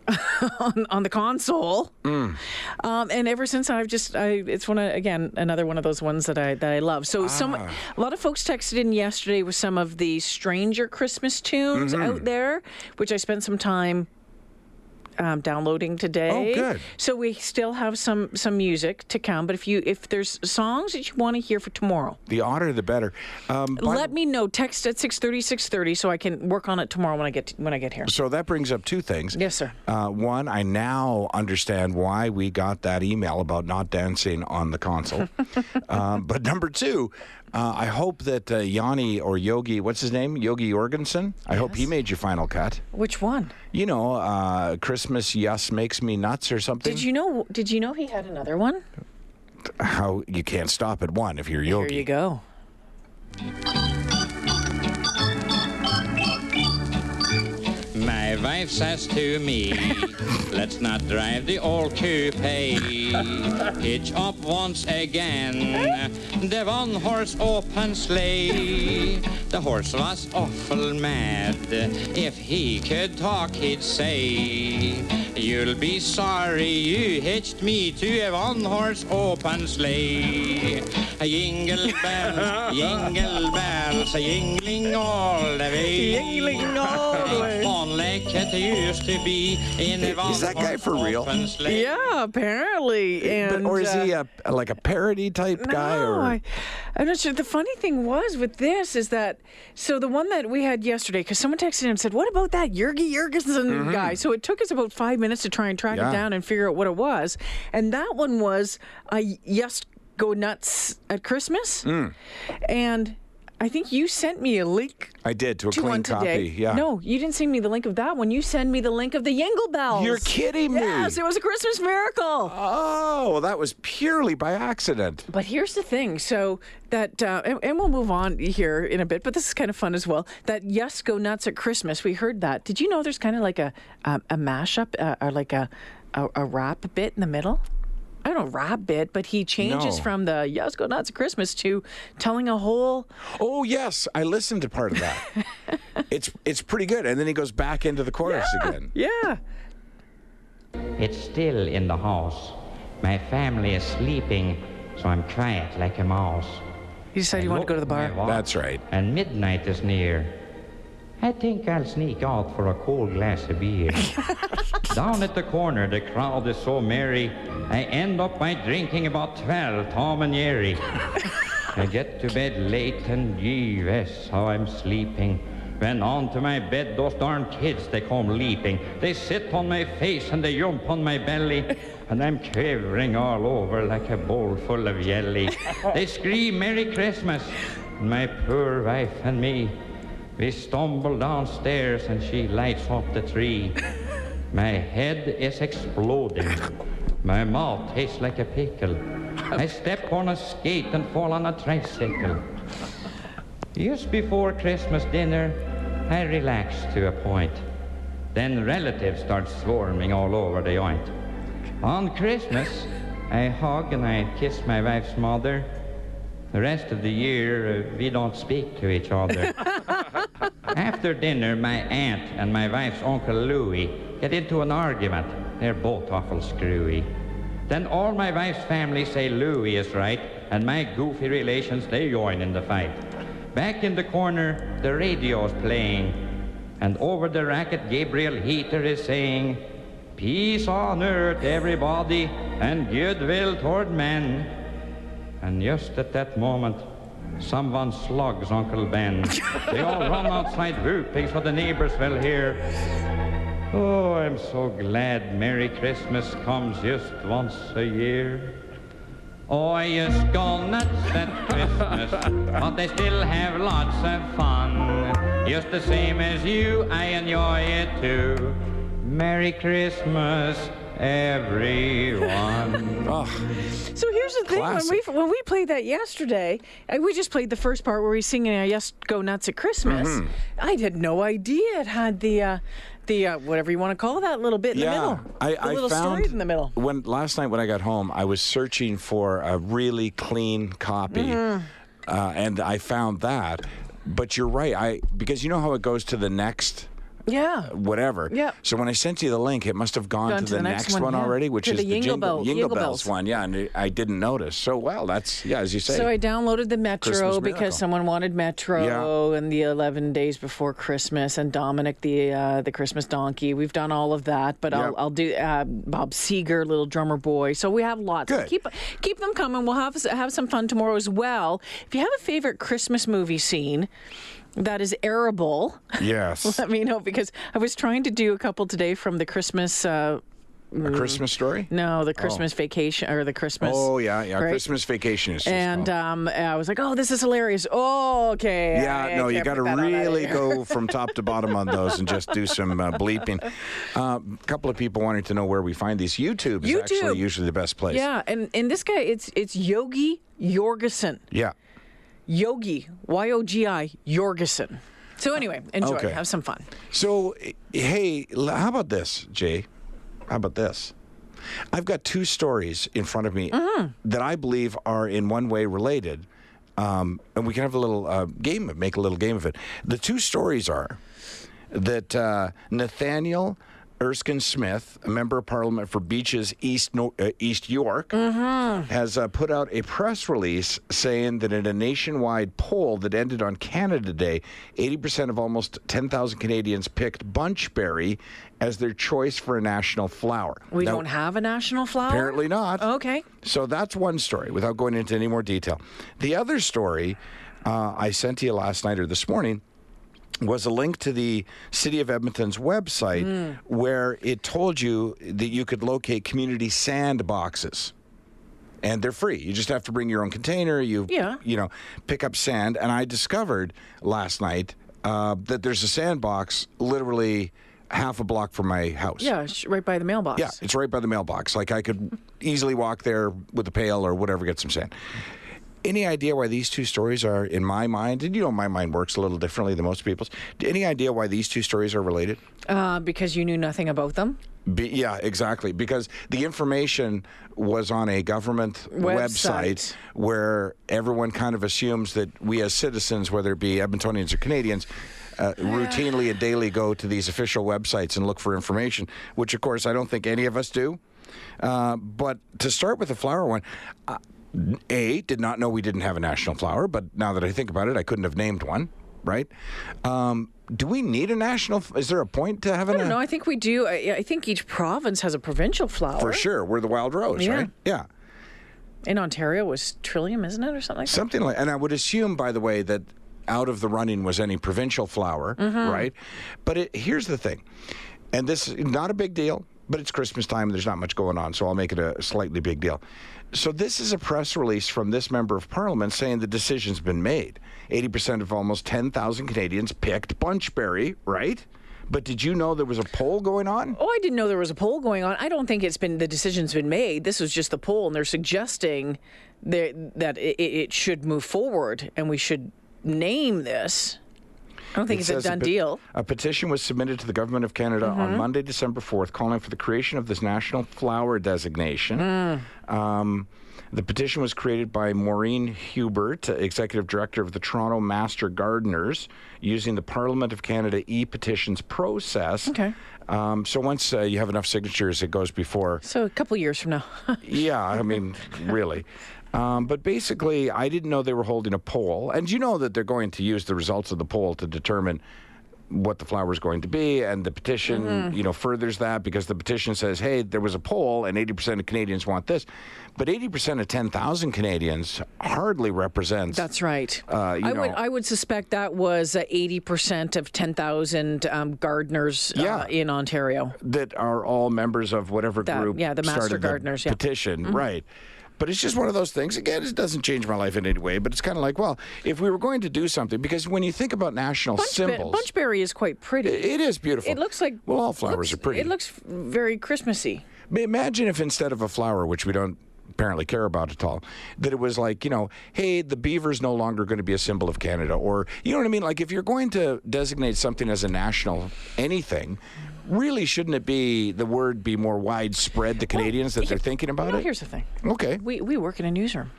D: on, on the console, um, and ever since I've just I, it's one of, again another one of those ones that I that I love. So some a lot of folks texted in yesterday with some of the stranger Christmas tunes out there, which I spent some time um, downloading today.
C: good.
D: So we still have some some music to come. But if you if there's songs that you want to hear for tomorrow,
C: the odder the better. Um, by
D: let me know. Text at 630, 630 so I can work on it tomorrow when I get when I get here.
C: So that brings up two things.
D: Yes, sir.
C: Uh, one, I now understand why we got that email about not dancing on the console. um, but number two, uh, I hope that uh, Yanni or Yogi, what's his name? Yogi Jorgensen? I hope he made your final cut.
D: Which one?
C: You know, uh, Christmas Yes Makes Me Nuts or something.
D: Did you know? Did you know he had another one?
C: How you can't stop at one if you're Yogi.
D: Here you go.
F: My wife says to me, let's not drive the old coupe. Hitch up once again, the one horse open sleigh. The horse was awful mad. If he could talk, he'd say, You'll be sorry you hitched me to a one horse open sleigh. Jingle bells, jingle bells, jingling all the way.
D: Jingling all the way.
F: On like it used to be in a
C: Is that guy for real?
F: open sleigh.
D: Yeah, apparently.
C: But-
D: And
C: or is
D: uh,
C: he a, like a parody type guy?
D: No,
C: Or
D: I, I'm not sure. The funny thing was with this is that so the one that we had yesterday, because someone texted in and said, "What about that Yergi Jurgensen guy?" So it took us about five minutes to try and track
C: Mm-hmm. Yeah.
D: it down and figure out what it was, and that one was a yes go nuts at Christmas,
C: Mm.
D: and I think you sent me a link.
C: I did to a
D: To
C: clean
D: one today.
C: copy. Yeah.
D: No, you didn't send me the link of that one. You send me the link of the Yingle Bells.
C: You're kidding me.
D: Yes, it was a Christmas miracle.
C: Oh, well, that was purely by accident.
D: But here's the thing. So that, uh, and, and we'll move on here in a bit. But this is kind of fun as well. That yes, go nuts at Christmas. We heard that. Did you know there's kind of like a um, a mashup uh, or like a, a a rap bit in the middle? I don't know rap bit, but he changes
C: No.
D: from the yes, go nuts at Christmas to telling a whole.
C: Oh yes, I listened to part of that. it's it's pretty good, and then he goes back into the chorus again.
D: Yeah.
G: It's still in the house. My family is sleeping, so I'm quiet like a mouse.
D: He decided he wanted to go to the
G: Look at my
D: bar.
G: watch,
C: That's right.
G: And midnight is near. I think I'll sneak out for a cold glass of beer. Down at the corner, the crowd is so merry. I end up by drinking about 12 Tom and Jerry. I get to bed late and gee, yes, how I'm sleeping. Then on to my bed, those darn kids, they come leaping. They sit on my face and they jump on my belly. And I'm quivering all over like a bowl full of jelly. They scream Merry Christmas. And my poor wife and me, we stumble downstairs and she lights up the tree. My head is exploding. My mouth tastes like a pickle. I step on a skate and fall on a tricycle. Just before Christmas dinner, I relax to a point. Then relatives start swarming all over the joint. On Christmas, I hug and I kiss my wife's mother. The rest of the year, uh, we don't speak to each other. After dinner, my aunt and my wife's uncle Louis get into an argument. They're both awful screwy. Then all my wife's family say Louis is right, and my goofy relations, they join in the fight. Back in the corner, the radio's playing, and over the racket, Gabriel Heater is saying, Peace on earth, everybody, and goodwill toward men. And just at that moment, someone slugs Uncle Ben. they all run outside whooping so the neighbors will hear. Oh, I'm so glad Merry Christmas comes just once a year. Oh, I just go nuts at Christmas, but I still have lots of fun. Just the same as you, I enjoy it too. Merry Christmas, everyone.
D: So here's the thing:
C: Classic.
D: when we when we played that yesterday, uh, we just played the first part where he's singing "I Just Go Nuts at Christmas."
C: Mm-hmm.
D: I had no idea it had the uh, the uh, whatever you want to call that little bit in the middle,
C: I,
D: the
C: I
D: little
C: found
D: story in the middle.
C: When last night when I got home, I was searching for a really clean copy,
D: Mm-hmm.
C: uh, and I found that. But you're right, I because you know how it goes to the next
D: Yeah.
C: whatever.
D: Yep.
C: So when I sent you the link, it must have gone,
D: Gone
C: to, the, next, one,
D: yeah.
C: already, which
D: To
C: is
D: the
C: the
D: Jingle Bell- Jingle
C: Jingle Bells
D: Bells.
C: one. Yeah, and I didn't notice. So well, that's yeah, as you say.
D: So I downloaded the Metro
C: Christmas Miracle.
D: because someone wanted Metro and the 11 days before Christmas and Dominic the uh, the Christmas donkey. We've done all of that, but
C: Yep.
D: I'll, I'll do uh, Bob Seger, Little Drummer Boy. So we have lots.
C: Good.
D: Keep keep them coming. We'll have have some fun tomorrow as well. If you have a favorite Christmas movie scene that is arable,
C: yes,
D: let me know because I was trying to do a couple today from the Christmas. Uh,
C: a Christmas story.
D: no, the Christmas vacation or the Christmas.
C: Oh yeah, yeah.
D: right?
C: Christmas vacation is just
D: And um, I was like, oh, this is hilarious. Oh, okay.
C: Yeah,
D: I- I
C: no, you
D: can't
C: got to
D: put that on
C: really
D: either.
C: go from top to bottom on those and just do some uh, bleeping. A uh, couple of people wanting to know where we find these. YouTube is
D: YouTube.
C: actually usually the best place.
D: Yeah, and, and this guy, it's it's Yogi Jorgensen.
C: Yeah.
D: Yogi, Y O G I, Jorgensen. So anyway, enjoy.
C: Okay.
D: Have some fun.
C: So, eh, hey, l- how about this, Jay? How about this? I've got two stories in front of me
D: Mm.
C: that I believe are in one way related. Um, and we can have a little uh, game, make a little game of it. The two stories are that uh, Nathaniel Erskine Smith, a member of parliament for Beaches East, no- uh, East York,
D: Mm-hmm.
C: has uh, put out a press release saying that in a nationwide poll that ended on Canada Day, 80% of almost 10,000 Canadians picked bunchberry as their choice for a national flower.
D: We
C: Now,
D: don't have Oh, a national flower?
C: Apparently not.
D: Okay.
C: So that's one story without going into any more detail. The other story uh, I sent to you last night or this morning was a link to the City of Edmonton's website
D: Hmm.
C: where it told you that you could locate community sandboxes. And they're free. You just have to bring your own container. You,
D: Yeah.
C: you know, pick up sand. And I discovered last night uh, that there's a sandbox literally half a block from my house.
D: Yeah, sh- right by the mailbox.
C: Yeah, it's right by the mailbox. Like I could easily walk there with a pail or whatever, get some sand. Any idea why these two stories are in my mind? And you know, my mind works a little differently than most people's. Any idea why these two stories are related?
D: Uh, because you knew nothing about them.
C: Be, yeah, exactly. Because the information was on a government website.
D: Website.
C: where everyone kind of assumes that we as citizens, whether it be Edmontonians or Canadians, uh, routinely and daily go to these official websites and look for information, which of course I don't think any of us do. Uh, but to start with the flower one, uh, A, did not know we didn't have a national flower, but now that I think about it, I couldn't have named one, right? Um, do we need a national? f- Is there a point to having
D: I don't
C: a?
D: know. I think we do. I, I think each province has a provincial flower.
C: For sure, we're the wild rose,
D: Yeah.
C: right? Yeah.
D: In Ontario was trillium, isn't it, or something like that?
C: Something like, and I would assume, by the way, that out of the running was any provincial flour, right? But it, here's the thing, and this is not a big deal, but it's Christmas time and there's not much going on, so I'll make it a slightly big deal. So this is a press release from this member of parliament saying the decision's been made. 80% of almost 10,000 Canadians picked Bunchberry, right? But did you know there was a poll going on?
D: Oh, I didn't know there was a poll going on. I don't think it's been the decision's been made. This was just the poll, and they're suggesting that that it, it should move forward and we should name this. I don't think it's
C: says
D: a done
C: pe-
D: deal. Mm-hmm.
C: A petition was submitted to the Government of Canada on Monday, December 4th, calling for the creation of this national flower designation.
D: Mm.
C: Um, the petition was created by Maureen Hubert, Executive Director of the Toronto Master Gardeners, using the Parliament of Canada e petitions process.
D: Okay.
C: Um, so once uh, you have enough signatures, it goes before
D: So a couple years from now,
C: yeah, I mean, really. Um, but basically, I didn't know they were holding a poll. And you know that they're going to use the results of the poll to determine what the flower is going to be. And the petition,
D: Mm-hmm.
C: you know, furthers that because the petition says, hey, there was a poll and 80% of Canadians want this. But 80% of 10,000 Canadians hardly represents.
D: that's right.
C: Uh, you
D: I would
C: know-
D: I would suspect that was uh, eighty percent of ten thousand um, gardeners uh,
C: Yeah.
D: in Ontario.
C: that are all members of whatever
D: That-
C: group.
D: yeah, the Master
C: started
D: Gardeners, yeah. Mm-hmm.
C: petition, right? But it's just one of those things. Again, it doesn't change my life in any way. But it's kind of like, well, if we were going to do something, because when you think about national
D: Bunchbe-
C: symbols,
D: Bunchberry is quite pretty.
C: it is beautiful.
D: It looks like
C: well, all flowers
D: looks-
C: are pretty.
D: It looks very Christmassy.
C: But Imagine if instead of a flower, which we don't apparently care about at all, that it was like, you know, hey, the beaver's no longer going to be a symbol of Canada. Or, you know what I mean? Like, if you're going to designate something as a national anything, really shouldn't it be the word be more widespread to Canadians that they're thinking about
D: No,
C: it?
D: here's the thing.
C: okay.
D: We we work in a newsroom.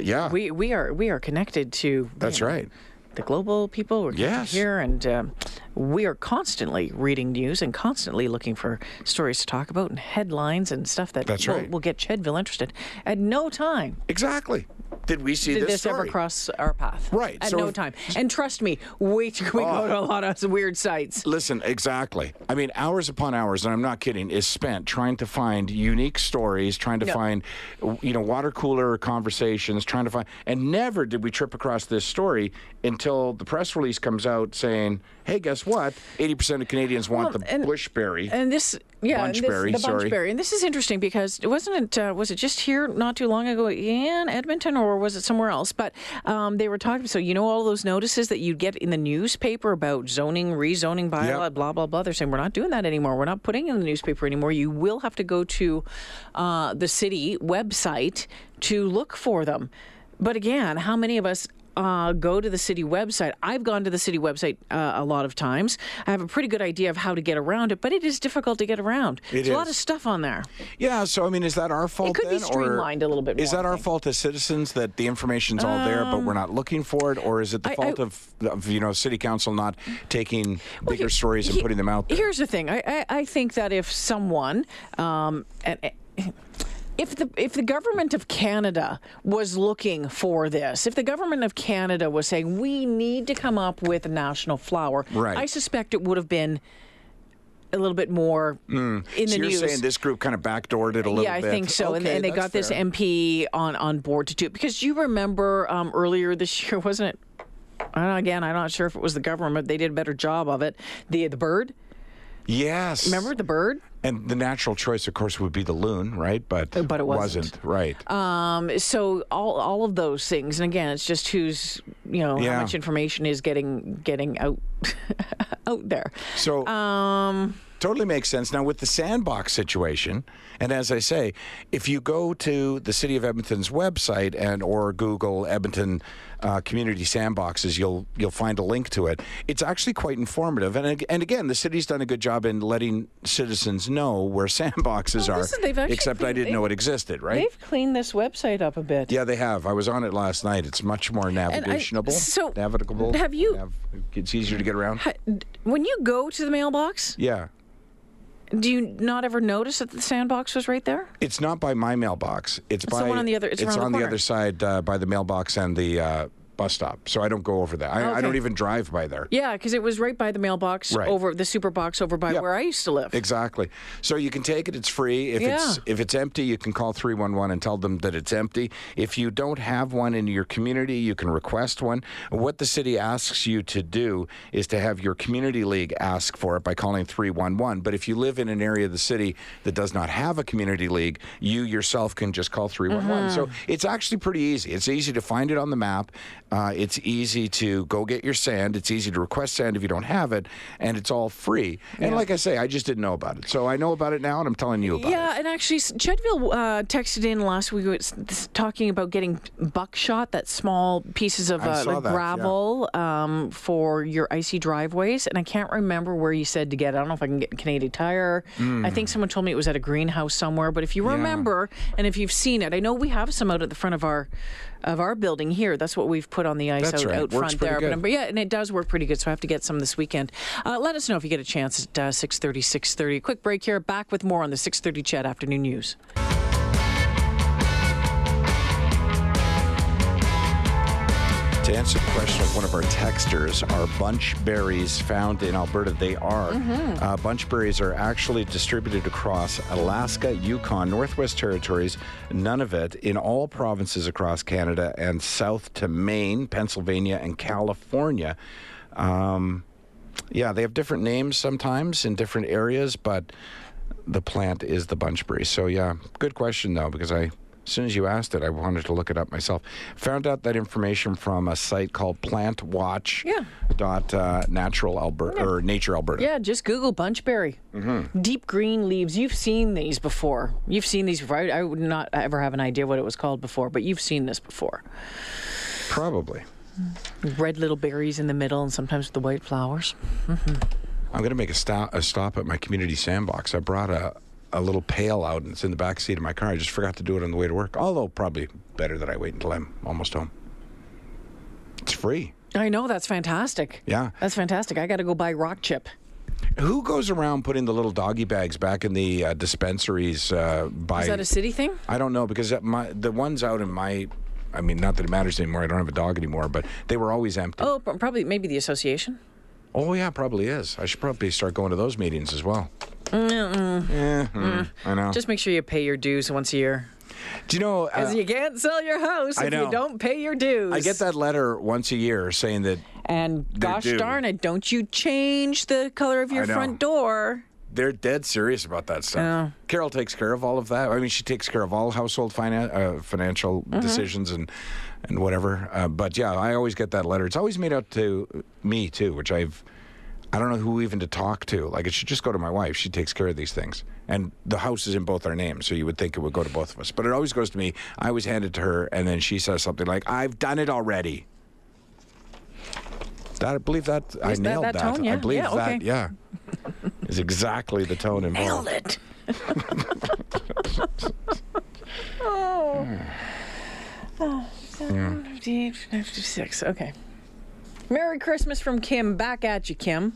C: yeah.
D: We we are we are connected to. you
C: that's
D: know,
C: right.
D: The global people. We're connected
C: Yes.
D: here, and um, we are constantly reading news and constantly looking for stories to talk about and headlines and stuff that
C: That's
D: will,
C: right.
D: will get Chedville interested. At no time
C: Exactly. Did we see
D: did
C: this,
D: this, ever
C: story?
D: cross our path.
C: Right,
D: At
C: so
D: no
C: if- Ah.
D: time. And trust me, we we go to a lot of weird sites.
C: Listen, exactly. I mean, hours upon hours, and I'm not kidding, is spent trying to find unique stories, trying to
D: Yeah.
C: find, you know, water cooler conversations, trying to find, and never did we trip across this story until the press release comes out saying, "Hey, guess what? 80% of Canadians want
D: Well,
C: the
D: and-
C: bushberry."
D: And this, yeah, and this-
C: Bunchberry,
D: the
C: E sorry.
D: Bunchberry, and this is interesting because wasn't it? Uh, was it just here not too long ago in Edmonton, or was it somewhere else? But um, they were talking. So you know all those notices that you get in the newspaper about zoning, rezoning, bylaw,
C: Yep.
D: blah blah blah. They're saying we're not doing that anymore. We're not putting it in the newspaper anymore. You will have to go to uh, the city website to look for them. But again, how many of us? Uh, go to the city website. I've gone to the city website uh, a lot of times. I have a pretty good idea of how to get around it, but it is difficult to get around. There's a lot
C: is.
D: of stuff on there.
C: yeah, so I mean, is that our fault?
D: could be
C: then, or
D: streamlined a little bit
C: Is
D: more,
C: that
D: I
C: our
D: think. Um,
C: fault as citizens that the information's all there, but we're not looking for it, or is it the
D: I- I-
C: fault of, of you know city council not taking
D: Well,
C: bigger
D: he-
C: stories and
D: he-
C: putting them out there?
D: Here's the thing. I, I, I think that if someone, um, and, and- if the if the government of Canada was looking for this, if the government of Canada was saying we need to come up with a national flower,
C: Right.
D: I suspect it would have been a little bit more in the
C: Hmm. so
D: news.
C: You're saying this group kind of backdoored it a little
D: yeah, I
C: bit.
D: think so. and,
C: Okay,
D: and they
C: that's
D: got this
C: fair.
D: MP on, on board to do it because you remember um, earlier this year, wasn't it? I don't, again, I'm not sure if it was the government. They did a better job of it. The the bird,
C: Yes.
D: remember the bird?
C: And the natural choice, of course, would be the loon, right? But
D: Uh, but it wasn't.
C: right?
D: Um, so all all of those things, and again, it's just who's you know
C: Yeah.
D: how much information is getting getting out out there. Um,
C: so
D: uh,
C: totally makes sense. Now with the sandbox situation, and as I say, if you go to the city of Edmonton's website and or Google Edmonton uh, community sandboxes, you'll you'll find a link to it. It's actually quite informative, and ag- and again, the city's done a good job in letting citizens know where sandboxes
D: Well,
C: are.
D: this is- they've actually
C: except I
D: cleaned-
C: didn't
D: they-
C: know it existed, right?
D: They've cleaned this website up a bit.
C: Yeah, they have. I was on it last night. It's much more
D: I-
C: navigationable.
D: so,
C: navigable.
D: have you-
C: Nav- it's easier to get around.
D: Ha- d- When you go to the mailbox,
C: yeah.
D: do you not ever notice that the sandbox was right there?
C: It's not by my mailbox. It's,
D: the
C: by
D: one on the other- it's around the
C: on the
D: corner.
C: other side uh, by the mailbox and the uh, bus stop, so I don't go over there. I, I
D: Okay.
C: don't even drive by there.
D: Yeah, because it was right by the mailbox
C: Right.
D: over the super box over by
C: Yeah.
D: where I used to live.
C: Exactly. So you can take it; it's free. If it's
D: Yeah.
C: if it's empty, you can call three one one and tell them that it's empty. If you don't have one in your community, you can request one. What the city asks you to do is to have your community league ask for it by calling three one one. But if you live in an area of the city that does not have a community league, you yourself can just call three one one. So it's actually pretty easy. It's easy to find it on the map. Uh, it's easy to go get your sand. It's easy to request sand if you don't have it, and it's all free. And like I say, I just didn't know about it, so I know about it now, and I'm telling you about
D: Yeah,
C: it.
D: and actually, s- Chedville uh, texted in last week was s- talking about getting buckshot, that small pieces of
C: I
D: uh,
C: saw
D: like
C: that, yeah.
D: gravel um, for your icy driveways. And I can't remember where you said to get it. I don't know if I can get Canadian Tire. I
C: Hmm.
D: think someone told me it was at a greenhouse somewhere. But if you remember and if you've seen it, I know we have some out at the front of our of our building here. That's what we've put on the ice
C: That's
D: out,
C: right.
D: out
C: Works
D: front
C: pretty
D: there. But
C: good.
D: I'm- But yeah, and it does work pretty good. So I have to get some this weekend. Uh, let us know if you get a chance at uh, 630, 630. Quick break here. Back with more on the 630 Chat Afternoon News.
C: To answer the question of one of our texters, are bunch berries found in Alberta? They are. Uh, bunch berries are actually distributed across Alaska, Yukon, Northwest Territories, Nunavut, in all provinces across Canada, and south to Maine, Pennsylvania, and California. Um, yeah, they have different names sometimes in different areas, but the plant is the bunchberry. So yeah, good question though, because I as soon as you asked it, I wanted to look it up myself. Found out that information from a site called Plant Watch.
D: Yeah.
C: Dot uh, Natural Alberta or Nature Alberta.
D: Yeah, just Google bunchberry.
C: Mm-hmm.
D: Deep green leaves. You've seen these before. You've seen these before. I, I would not ever have an idea what it was called before, but you've seen this before.
C: Probably.
D: Red little berries in the middle and sometimes with the white flowers.
C: I'm gonna make a stop a stop at my community sandbox. I brought a a little pail out and it's in the back seat of my car. I just forgot to do it on the way to work. Although probably better that I wait until I'm almost home. It's free.
D: I know, that's fantastic.
C: Yeah.
D: That's fantastic. I got to go buy rock chip.
C: Who goes around putting the little doggy bags back in the uh, dispensaries? Uh, by
D: Is that a city thing?
C: I don't know because that my the ones out in my, I mean, not that it matters anymore. I don't have a dog anymore, but they were always empty.
D: Oh, p- probably, maybe the association.
C: Oh, yeah, probably is. I should probably start going to those meetings as well. mm I know.
D: Just make sure you pay your dues once a year.
C: Do you know?
D: Because
C: Uh,
D: you can't sell your house
C: I
D: if you
C: know.
D: don't pay your dues.
C: I get that letter once a year saying that
D: And gosh
C: due.
D: darn it, don't you change the color of your
C: I know.
D: front door.
C: they're dead serious about that stuff. Carol takes care of all of that. I mean, she takes care of all household finan- uh, financial
D: Mm-hmm.
C: decisions and and whatever. Uh, but yeah, I always get that letter. It's always made out to me too, which I've I don't know who even to talk to. Like it should just go to my wife. She takes care of these things. And the house is in both our names, so you would think it would go to both of us. But it always goes to me. I always hand it to her, and then she says something like, "I've done it already." That, I believe that I
D: Is that-
C: nailed
D: that
C: that.
D: tone? Yeah,
C: I believe
D: yeah,
C: that.
D: okay.
C: Yeah, is exactly the tone involved.
D: Nailed it. oh. oh. 58, 56. Okay. Merry Christmas from Kim. Back at you, Kim.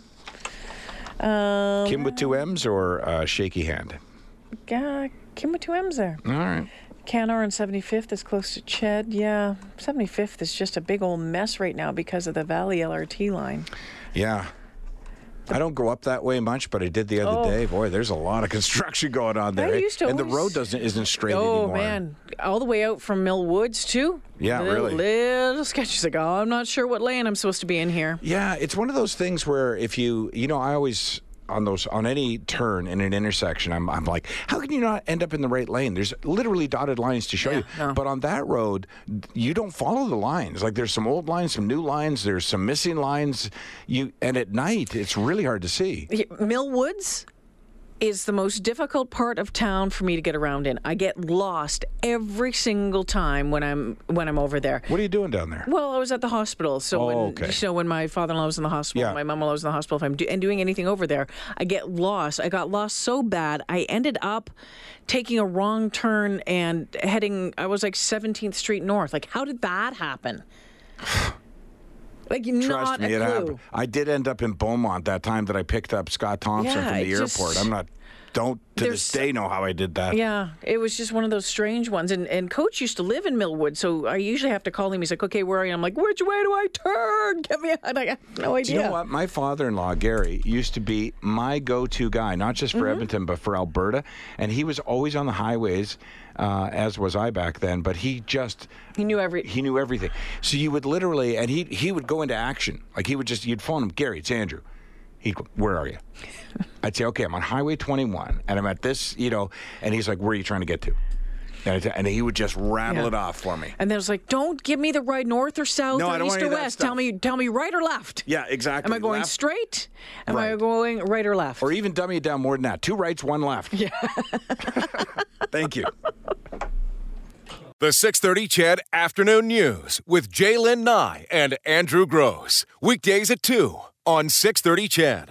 D: Um,
C: Kim with two M's or uh, shaky hand?
D: yeah, uh, Kim with two M's there.
C: All right.
D: Canar and 75th is close to Ched. Yeah, 75th is just a big old mess right now because of the Valley LRT line.
C: Yeah. I don't go up that way much, but I did the other
D: Oh.
C: day. Boy, there's a lot of construction going on there. eh?
D: used to
C: and the
D: always-
C: road doesn't isn't straight
D: Oh
C: anymore.
D: man, all the way out from Mill Woods too.
C: Yeah,
D: little,
C: really.
D: Little sketchy. It's like, oh, I'm not sure what lane I'm supposed to be in here.
C: Yeah, it's one of those things where if you, you know, I always on those on any turn in an intersection, I'm I'm like, how can you not end up in the right lane? There's literally dotted lines to show you. But on that road, you don't follow the lines. Like there's some old lines, some new lines, there's some missing lines. You and at night, it's really hard to see.
D: He- Mill Woods is the most difficult part of town for me to get around in. I get lost every single time when I'm when I'm over there.
C: What are you doing down there?
D: Well, I was at the hospital, so
C: Oh,
D: when
C: okay.
D: so when my father-in-law was in the hospital,
C: Yeah.
D: my mom-in-law was in the hospital, if I'm do- and doing anything over there, I get lost. I got lost so bad, I ended up taking a wrong turn and heading. I was like 17th Street North. Like, how did that happen? Like,
C: Trust
D: not
C: me,
D: a
C: it
D: clue.
C: happened. I did end up in Beaumont that time that I picked up Scott Thompson
D: Yeah,
C: from the
D: it just-
C: airport. I'm not don't to
D: There's-
C: this day know how I did that.
D: Yeah, it was just one of those strange ones. And and Coach used to live in Millwood, so I usually have to call him. He's like, "Okay, where are you?" I'm like, "Which way do I turn? Get me out!" I have no idea.
C: You know what? My father-in-law Gary used to be my go-to guy, not just for
D: Mm-hmm.
C: Edmonton but for Alberta, and he was always on the highways, uh, as was I back then. But he just
D: He knew every-
C: he knew everything. So you would literally, and he he would go into action. Like he would just you'd phone him, Gary, it's Andrew. He'd go, Where are you? I'd say, Okay, I'm on Highway 21, and I'm at this, you know, and he's like, Where are you trying to get to? And, I'd say- and he would just rattle
D: Yeah.
C: it off for me.
D: And then it's like, "Don't give me the ride north or south
C: No, I
D: or
C: don't
D: east
C: want
D: or
C: any of that
D: west. Tell
C: stuff."
D: me, tell me right or left."
C: Yeah, exactly.
D: Am I going
C: Left-
D: straight? Am I
C: Right.
D: going right or left?
C: Or even dummy it down more than that. Two rights, one left. Yeah. Thank you.
A: The 630 Chad Afternoon News with Jaylen Nye and Andrew Gross. Weekdays at 2 on 630 Chad.